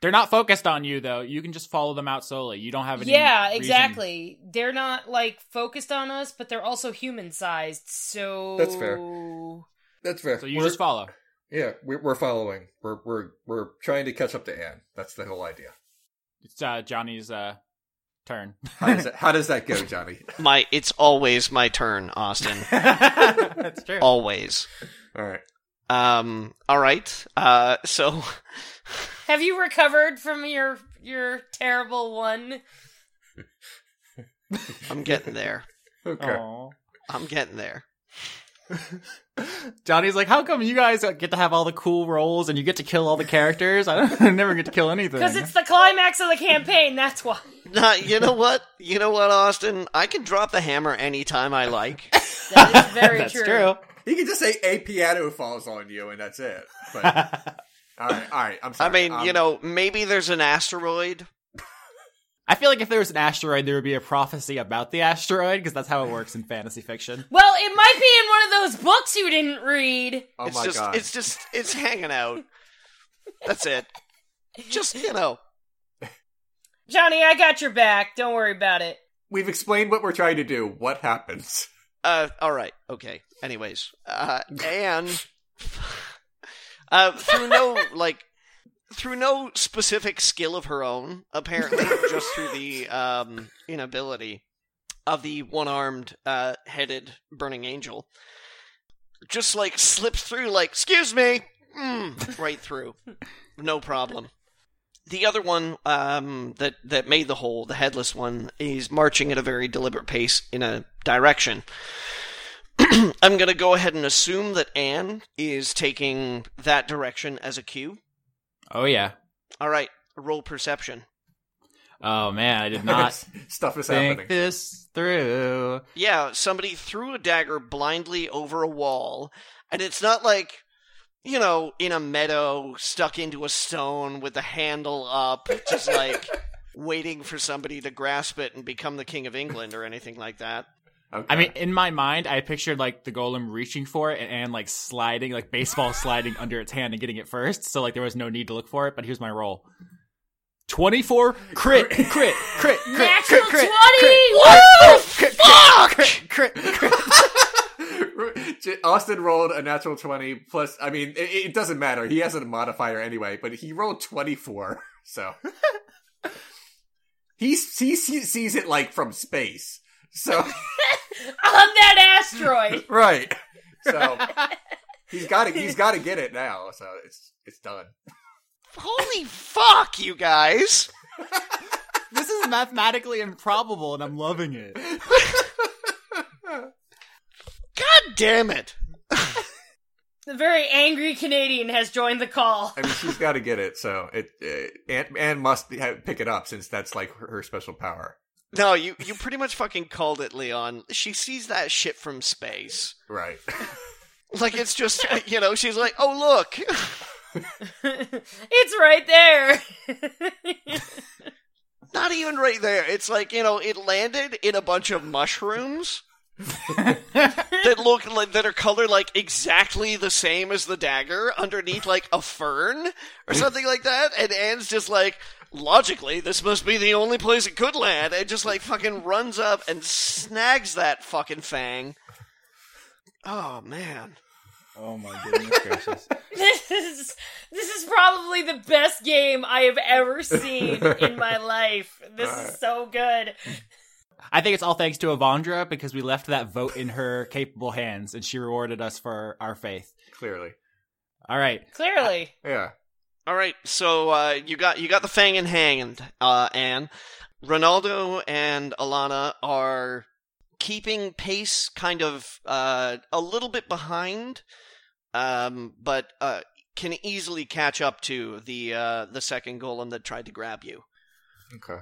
They're not focused on you though. You can just follow them out solely. You don't have any. yeah, reason- exactly. They're not like focused on us, but they're also human sized. So That's fair. That's fair. So you just follow. yeah, we're, we're following. We're we're we're trying to catch up to Anne. That's the whole idea. It's uh, Johnny's uh, turn. [laughs] How does that, how does that go, Johnny? My, it's always my turn, Austin. That's Oh, true. always. All right. Um. All right. Uh. So, Have you recovered from your your terrible one? I'm getting there. Okay. Aw. I'm getting there. Johnny's like, how come you guys get to have all the cool roles and you get to kill all the characters? I, don't, [laughs] I never get to kill anything. Because it's the climax of the campaign. That's why. Nah, you know what? You know what, Austin? I can drop the hammer anytime I like. That [laughs] is very That's true. true. You can just say a piano falls on you, and that's it. [laughs] But, all right, all right. I'm I sorry. mean, Um, you know, maybe there's an asteroid. I feel like if there was an asteroid, there would be a prophecy about the asteroid because that's how it works in fantasy fiction. Well, it might be in one of those books you didn't read. Oh it's my just, god. it's just, it's hanging out. That's it. Just you know, Johnny, I got your back. Don't worry about it. We've explained what we're trying to do. What happens? Uh, all right, okay. Anyways, uh, and uh, through no like through no specific skill of her own, apparently, just through the um inability of the one-armed, uh, headed burning angel, just like slips through, like excuse me, mm, right through, no problem. The other one um, that that made the hole, the headless one, is marching at a very deliberate pace in a direction. [clears throat] I'm going to go ahead and assume that Anne is taking that direction as a cue. Oh yeah. All right, roll perception. Oh man, [laughs] I did not [laughs] Stuff is think happening. this through. Yeah, somebody threw a dagger blindly over a wall, and it's not like, you know, in a meadow, stuck into a stone with the handle up, just like waiting for somebody to grasp it and become the King of England or anything like that. Okay. I mean, in my mind, I pictured like the golem reaching for it and Anne like sliding, [laughs] like baseball sliding under its hand and getting it first. So like there was no need to look for it. But here's my roll: twenty-four [laughs] crit, crit, crit, crit, Natural crit, crit, 20! Oh, crit, crit, crit, crit, crit. [laughs] J- Austin rolled a natural 20 plus. I mean, it, it doesn't matter. He has a modifier anyway, but he rolled 24. [laughs] So. he, s- he s- sees it like from space. So. On that asteroid! [laughs] right. [laughs] So. He's got to he's got to get it now. So it's it's done. Holy fuck, you guys! This is mathematically improbable, and I'm loving it. God damn it! the very angry Canadian has joined the call. [laughs] I mean, she's got to get it. So it, it Anne, Anne must ha pick it up since that's like her, her special power. No, you, you pretty much fucking called it, Leon. She sees that shit from space. Right. [laughs] Like, it's just, you know, she's like, oh, look! it's right there! [laughs] Not even right there. It's like, you know, it landed in a bunch of mushrooms that look like, that are colored like exactly the same as the dagger underneath like a fern or something like that. And Anne's just like, logically, this must be the only place it could land. And just like fucking runs up and snags that fucking fang. Oh man. Oh my goodness gracious! this is this is probably the best game I have ever seen [laughs] in my life. This is so good. I think it's all thanks to Avandra because we left that vote in her capable hands and she rewarded us for our faith. Clearly. All right. Clearly. Yeah. All right, so uh, you got you got the fang in hand, uh, Anne. Ronaldo and Alana are keeping pace, kind of uh, a little bit behind, um, but uh, can easily catch up to the uh, the second golem that tried to grab you. Okay.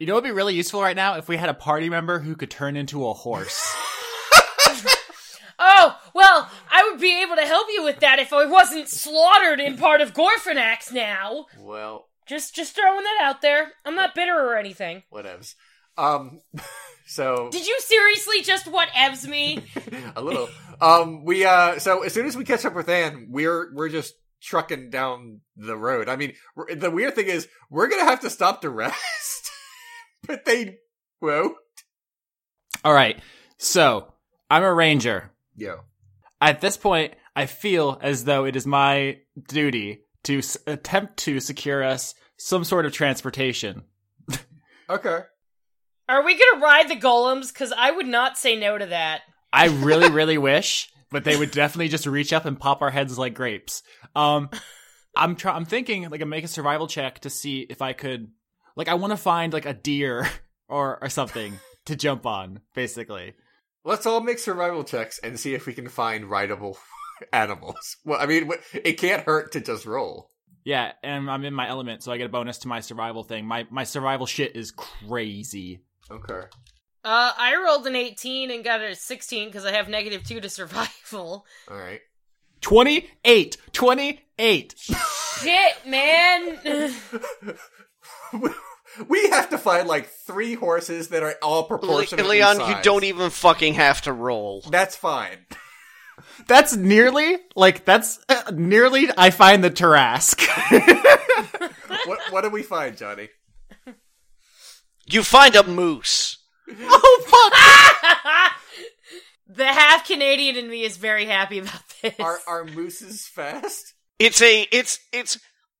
You know what would be really useful right now? If we had a party member who could turn into [laughs] a horse. Oh, well, I would be able to help you with that if I wasn't slaughtered in part of Gorfanax now. Well, Just just throwing that out there. I'm not bitter or anything. whatevs. Um, [laughs] so Did you seriously just what evs me? a little. Um, we uh, so as soon as we catch up with Anne, we're we're just trucking down the road. I mean, we're- the weird thing is we're gonna have to stop to rest, [laughs] but they whoa all right. So I'm a ranger. yo At this point, I feel as though it is my duty to s- attempt to secure us some sort of transportation. okay. Are we gonna ride the golems? Cause I would not say no to that. I really, really wish, but they would definitely just reach up and pop our heads like grapes. Um, I'm try- I'm thinking like I make a survival check to see if I could, like I want to find like a deer [laughs] or or something to jump on, basically. Let's all make survival checks and see if we can find rideable [laughs] animals. Well, I mean, wh- it can't hurt to just roll. Yeah, and I'm in my element, so I get a bonus to my survival thing. My my survival shit is crazy. Okay. Uh, I rolled an 18 and got a 16 because I have negative 2 to survival. All right. 28 28 Shit, man. [laughs] we have to find like three horses that are all Le- proportionate. in Leon, you size. don't e- even fucking have to roll. That's fine. that's nearly like that's uh, nearly i find the tarrasque [laughs] what, what do we find, Johnny? You find a moose. the half Canadian in me is very happy about this. Are are mooses fast? It's a it's it's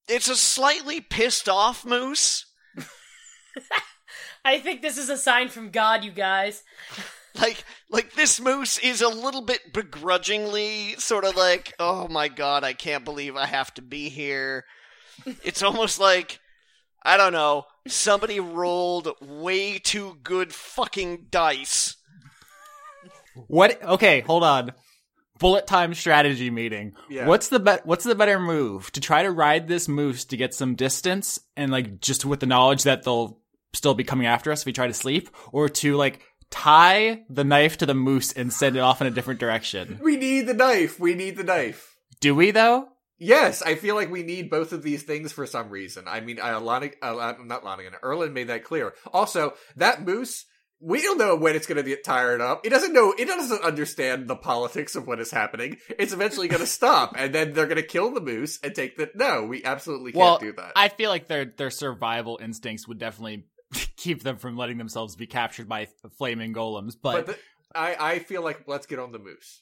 it's a slightly pissed off moose. I think this is a sign from God, you guys. Like like this moose is a little bit begrudgingly sort of like, "Oh my god, I can't believe I have to be here." It's almost like I don't know, somebody rolled way too good fucking dice. What? Okay, hold on. Bullet time strategy meeting. Yeah. What's the bet? What's the better move to try to ride this moose to get some distance and like just with the knowledge that they'll still be coming after us if we try to sleep, or to like tie the knife to the moose and send it off in a different direction? We need the knife. We need the knife. Do we though? Yes, I feel like we need both of these things for some reason. I mean, uh, Lonig, uh, not Lonigan, Erlin made that clear. Also, that moose, we don't know when it's going to get tired up. It doesn't know, it doesn't understand the politics of what is happening. It's eventually going to stop, and then they're going to kill the moose and take the. No, we absolutely can't well, do that. I feel like their their survival instincts would definitely [laughs] keep them from letting themselves be captured by flaming golems, but but, the, I, I feel like let's get on the moose.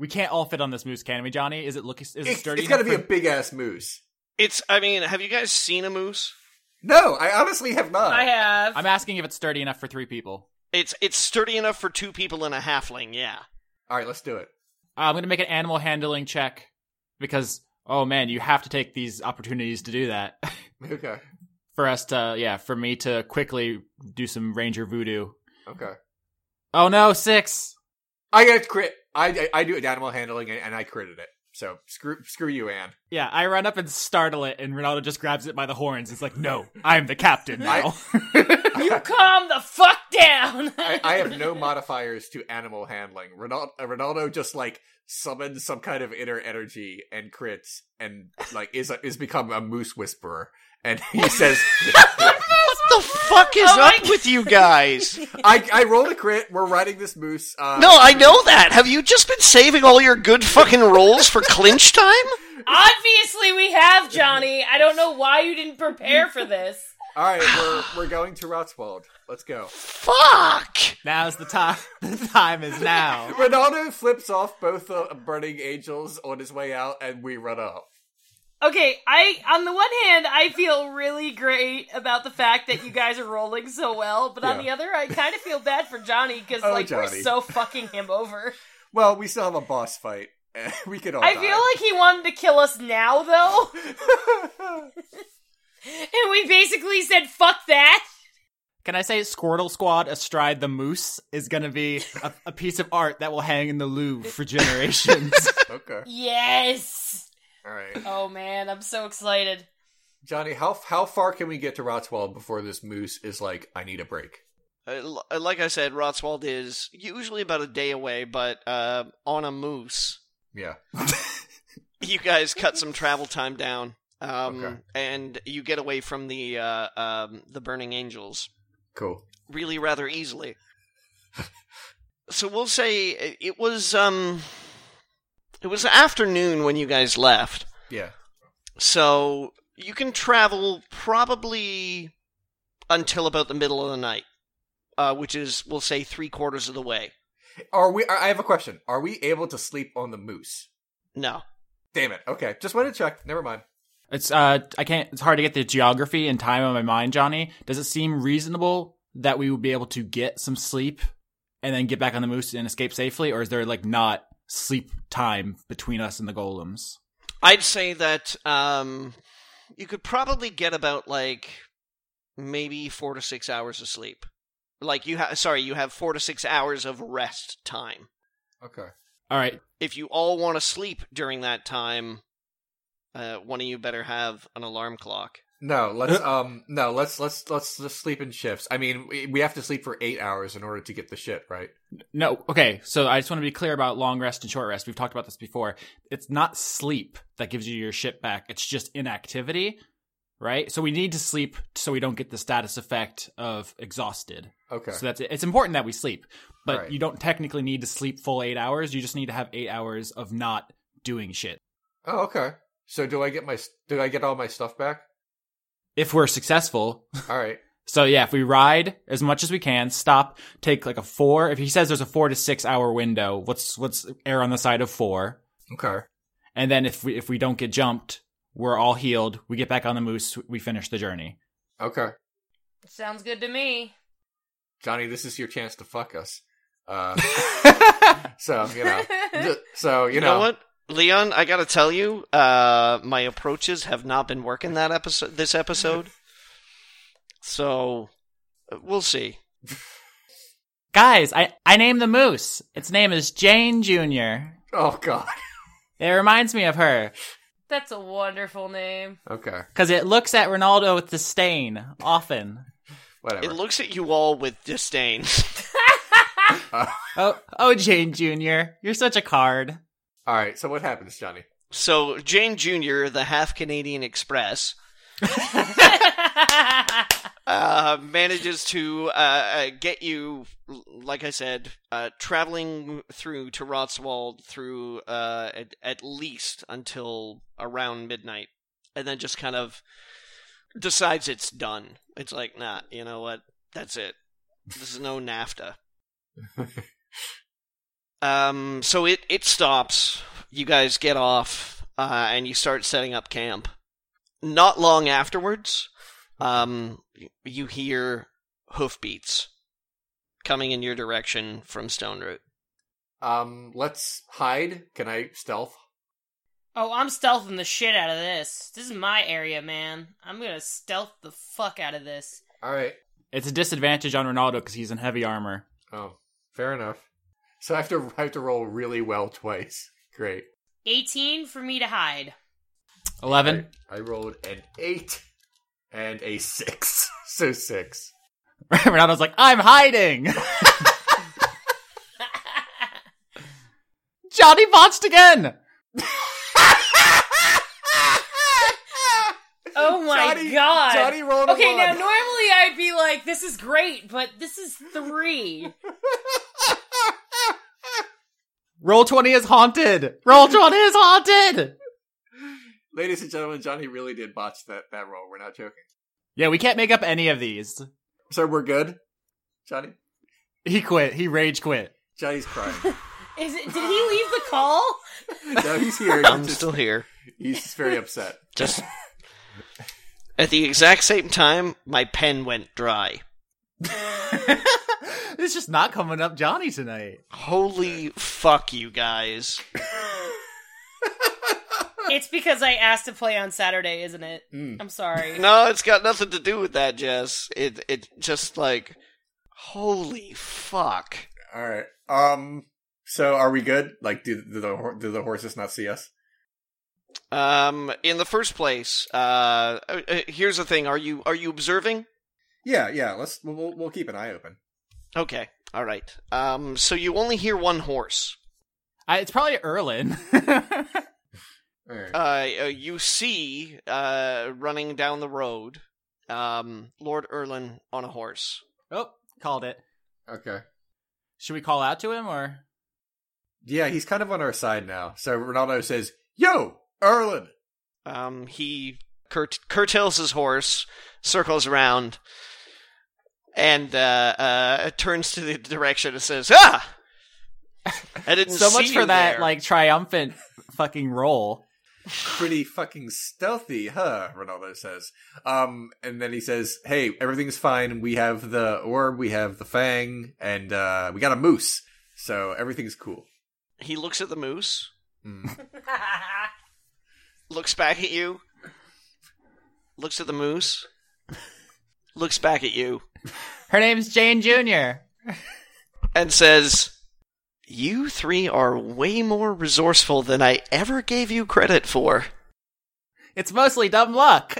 we can't all fit on this moose, can we, Johnny? Is it look is it It's, sturdy? it's got to be enough a big ass moose. It's I mean, have you guys seen a moose? No, I honestly have not. [laughs] I have. for- I'm asking if it's sturdy enough for three people. It's it's sturdy enough for two people and a halfling, yeah. All right, let's do it. [laughs] Uh, I'm going to make an animal handling check because oh man, you have to take these opportunities to do that [laughs] Okay. for us to yeah, for me to quickly do some ranger voodoo. Okay. Oh no, 6. I got crit. I, I I do an animal handling and, and I critted it. So screw screw you, Anne. Yeah, I run up and startle it and Ronaldo just grabs it by the horns. It's like, "No, I'm the captain now." [laughs] you calm the fuck [laughs] down. I, I have [laughs] no modifiers to animal handling. Ronaldo, Ronaldo just like summons some kind of inner energy and crits and like is is become a moose whisperer. And [laughs] he says, What the fuck is Oh my up with you [laughs] guys? I, I rolled a crit. We're riding this moose. Uh, No, I know that. Have you just been saving all your good fucking rolls for clinch time? Obviously, we have Johnny. I don't know why you didn't prepare [laughs] for this. All right, we're, we're going to Rotswald. Let's go. Fuck! Now's the time. [laughs] The time is now. Ronaldo flips off both the burning angels on his way out, and we run off. Okay, I on the one hand, I feel really great about the fact that you guys are rolling so well, but on Yeah. the other, I kind of feel bad for Johnny because Oh, like Johnny. we're so fucking him over. Well, we still have a boss fight. [laughs] we could all. I die. feel like he wanted to kill us now [laughs] though, and we basically said fuck that. Can I say Squirtle Squad astride the moose is going to be a, a piece of art that will hang in the Louvre for generations. okay. Yes. [laughs] All right, Oh man, I'm so excited. Johnny. How how far can we get to Rotswald before this moose is like, I need a break? Uh, l- like I said, Rotswald is usually about a day away, but uh, on a moose, Yeah. you guys cut some travel time down, um, Okay. and you get away from the uh, um, the burning angels Cool. really rather easily. so we'll say it- it was um, it was afternoon when you guys left. Yeah. So you can travel probably until about the middle of the night, uh, which is, we'll say, three quarters of the way. Are we? I I have a question. Are we able to sleep on the moose? No. Damn it. Okay. Just want to check. Never mind. It's uh I can't it's hard to get the geography and time on my mind, Johnny. Does it seem reasonable that we would be able to get some sleep and then get back on the moose and escape safely or is there like not sleep time between us and the golems? I'd say that um, you could probably get about, like, maybe four to six hours of sleep. Like, you have, sorry, you have four to six hours of rest time. Okay. All right. If you all want to sleep during that time, uh, one of you better have an alarm clock. No, let's um no, let's let's let's just sleep in shifts. I mean, we, we have to sleep for 8 hours in order to get the shit, right? No, okay. So I just want to be clear about long rest and short rest. We've talked about this before. It's not sleep that gives you your shit back. It's just inactivity, right? So we need to sleep so we don't get the status effect of exhausted. Okay. So that's it. It's important that we sleep, but Right. you don't technically need to sleep full eight hours. You just need to have eight hours of not doing shit. oh, okay. So do I get my s- do I get all my stuff back? If we're successful, [laughs] All right. So yeah, if we ride as much as we can, stop, take like a four. If he says there's a four to six hour window, let's let's err on the side of four. Okay. And then if we if we don't get jumped, we're all healed. We get back on the moose. We finish the [laughs] journey. Okay. Sounds good to me. Johnny, this is your chance to fuck us. Uh, so you [laughs] know, so you, You know, what, Leon? I gotta tell you, uh, my approaches have not been working that episode. This episode, so uh, we'll see. Guys, I I named the moose. Its name is Jane Junior. Oh god. It reminds me of her That's a [laughs] wonderful name. Okay. because it looks at Ronaldo with disdain often. Whatever. It looks at you all with disdain. [laughs] Oh oh, Jane Junior, you're such a card. All right. So what happens, Johnny? so Jane Junior, the half Canadian Express, uh, manages to uh, uh, get you, l- like I said, uh, traveling through to Rotswald through uh, at, at least until around midnight, and then just kind of decides it's done. It's like, nah, you know what? That's it. This is no NAFTA. um, so it it stops. You guys get off, uh, and you start setting up camp. Not long afterwards, um, you hear hoofbeats coming in your direction from Stone Root. Um, let's hide. Can I stealth? oh, I'm stealthing the shit out of this. This is my area, man. I'm gonna stealth the fuck out of this. All right. It's a disadvantage on Ronaldo because he's in heavy armor. Oh, fair enough. So I have to I have to roll really well twice. Great. 18 for me [laughs] to hide. Eleven. I rolled an eight and a six. [laughs] So six. [laughs] Ronaldo's like, I'm [laughs] hiding. Johnny botched again. Oh my Johnny- god. Johnny rolled a Okay, now one. normally I'd be like, this is great, but this is three. Roll twenty is haunted. Roll twenty is haunted. Ladies and gentlemen, Johnny really did botch that, that roll. We're not joking. Yeah, we can't make up any of these. So we're good? Johnny? He quit. He rage quit. [laughs] Johnny's crying. Is it did he leave the [laughs] call? no, he's here. I'm He's just- still here. he's just very upset. Just at the exact same time, my pen went dry. It's just not coming up Johnny tonight. Holy fuck, you guys! It's because I asked to play on Saturday, isn't it? Hmm. I'm sorry. No, it's got nothing to do with that, Jess. It it just like holy fuck. All right. Um. So are we good? Like, do, do the hor- do the horses not see us? Um, in the first place, uh, uh, uh, here's the thing: are you are you observing? Yeah, yeah. Let's we'll- we'll, we'll keep an eye open. Okay, all right. Um, so you only hear one horse. I, it's probably Erlin. [laughs] All right. uh, uh, you see uh, running down the road um, Lord Erlin on a horse. oh, called it. okay. Should we call out to him or? Yeah, he's kind of on our side now. So Ronaldo says, "Yo, Erlin." Um, he curt- curtails his horse, circles around, and uh, uh, turns to the direction and says, Ah! I didn't So much see for you that there." like triumphant fucking roll. Pretty fucking stealthy, huh? Ronaldo says. Um, and then he says, "Hey, everything's fine. We have the orb, we have the fang, and uh, we got a moose. So everything's cool." He looks at the moose, looks back at you, looks at the moose, looks back at you, Her name's Jane Junior. and says, You three are way more resourceful than I ever gave you credit for. It's mostly dumb [laughs] luck.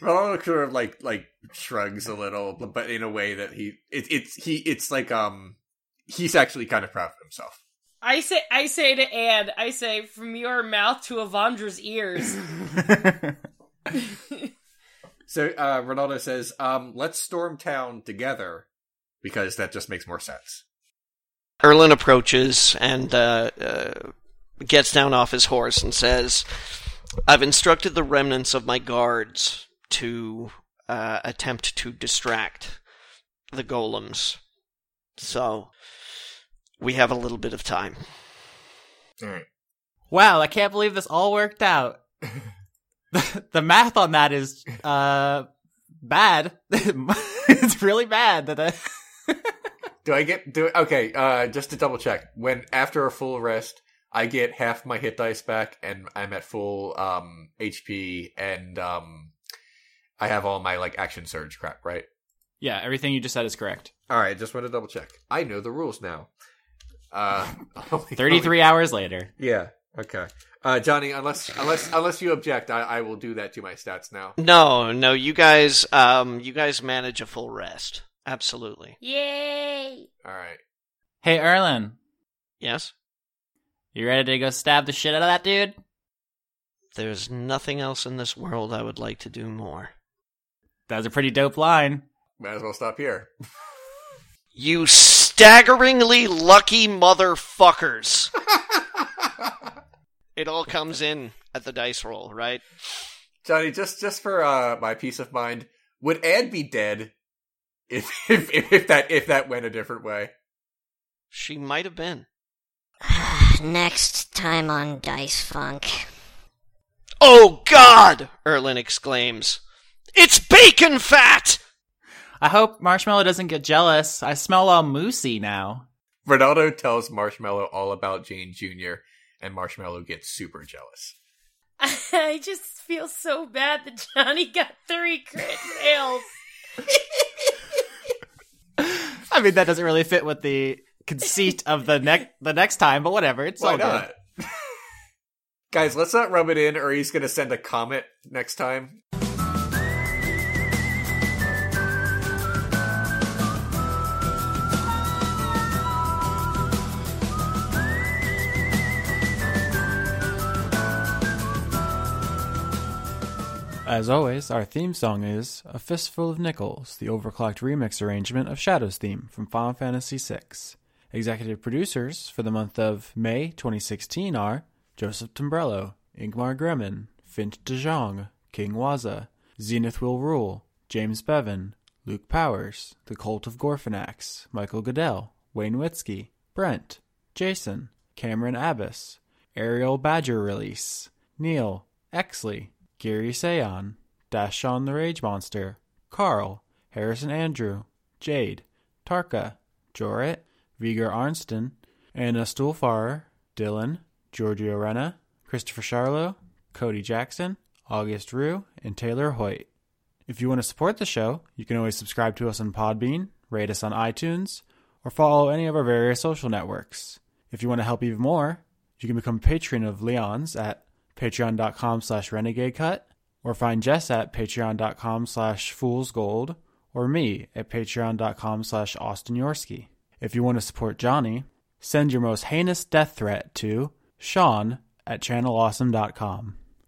Ronaldo sort of like like shrugs a little, but in a way that he it, it's he it's like um he's actually kind of proud of himself. I say I say to Anne, I say from your mouth to Avandra's ears. So uh Ronaldo says, um, let's storm town together because that just makes more sense. Erlin approaches and uh, uh, gets down off his horse and says, I've instructed the remnants of my guards to uh, attempt to distract the golems. So we have a little bit of time. All right. Wow, I can't believe this all [laughs] worked out. the math on that is uh bad. [laughs] it's really bad that I- [laughs] Do I get do okay? Uh, just to double check, when after a full rest, I get half my hit dice back, and I'm at full um HP, and um, I have all my like action surge crap, right? Yeah, everything you just said is correct. All right, just want to double check. I know the rules now. Uh, [laughs] only- 33 hours later. Yeah. Okay. Uh, Johnny, unless unless unless you object, I, I will do that to my stats now. No, no, you guys, um, you guys manage a full rest. Absolutely. Yay! All right. Hey Erlen, Yes. you ready to go stab the shit out of that dude? There's nothing else in this world I would like to do more. That was a pretty dope line. Might as well stop here. You staggeringly lucky [laughs] motherfuckers. it all comes in at the dice roll, right? Johnny, just just for uh, my peace of mind, would Anne be dead if, [laughs] if if that if that went a different way? She might have been. Next time on Dice Funk. Oh god! Erlin exclaims. It's bacon fat! I hope Marshmallow doesn't get jealous. I smell all moosey now. Ronaldo tells Marshmallow all about Jane Jr. and Marshmallow gets super jealous. [laughs] I just feel so bad that Johnny got three crit fails. I mean, that doesn't really fit with the conceit of the next the next time, but whatever. It's Why all good. not? [laughs] Guys, let's not rub it in or he's gonna send a comet next time. As always, our theme song is A Fistful of Nickels, the overclocked remix arrangement of Shadow's theme from Final Fantasy VI. Executive producers for the month of May 2016 are Joseph Timbrello, Ingmar Gremin, Fint de Jong, King Waza, Zenith Will Rule, James Bevan, Luke Powers, The Cult of Gorfanax, Michael Goodell, Wayne Witzke, Brent, Jason, Cameron Abbas, Ariel Badger Release, Neil, Exley, Gary Sayon, Dashon the Rage Monster, Carl, Harrison Andrew, Jade, Tarka, Jorit, Viger Arnston, Anna Stuhlfarer, Dylan, Giorgio Renna, Christopher Charlo, Cody Jackson, August Rue, and Taylor Hoyt. If you want to support the show, you can always subscribe to us on Podbean, rate us on iTunes, or follow any of our various social networks. If you want to help even more, you can become a patron of Leon's at patreon.com slash renegadecut, or find Jess at patreon.com slash foolsgold, or me at patreon.com slash austinyorsky. If you want to support Johnny, send your most heinous death threat to Sean at channelawesome.com.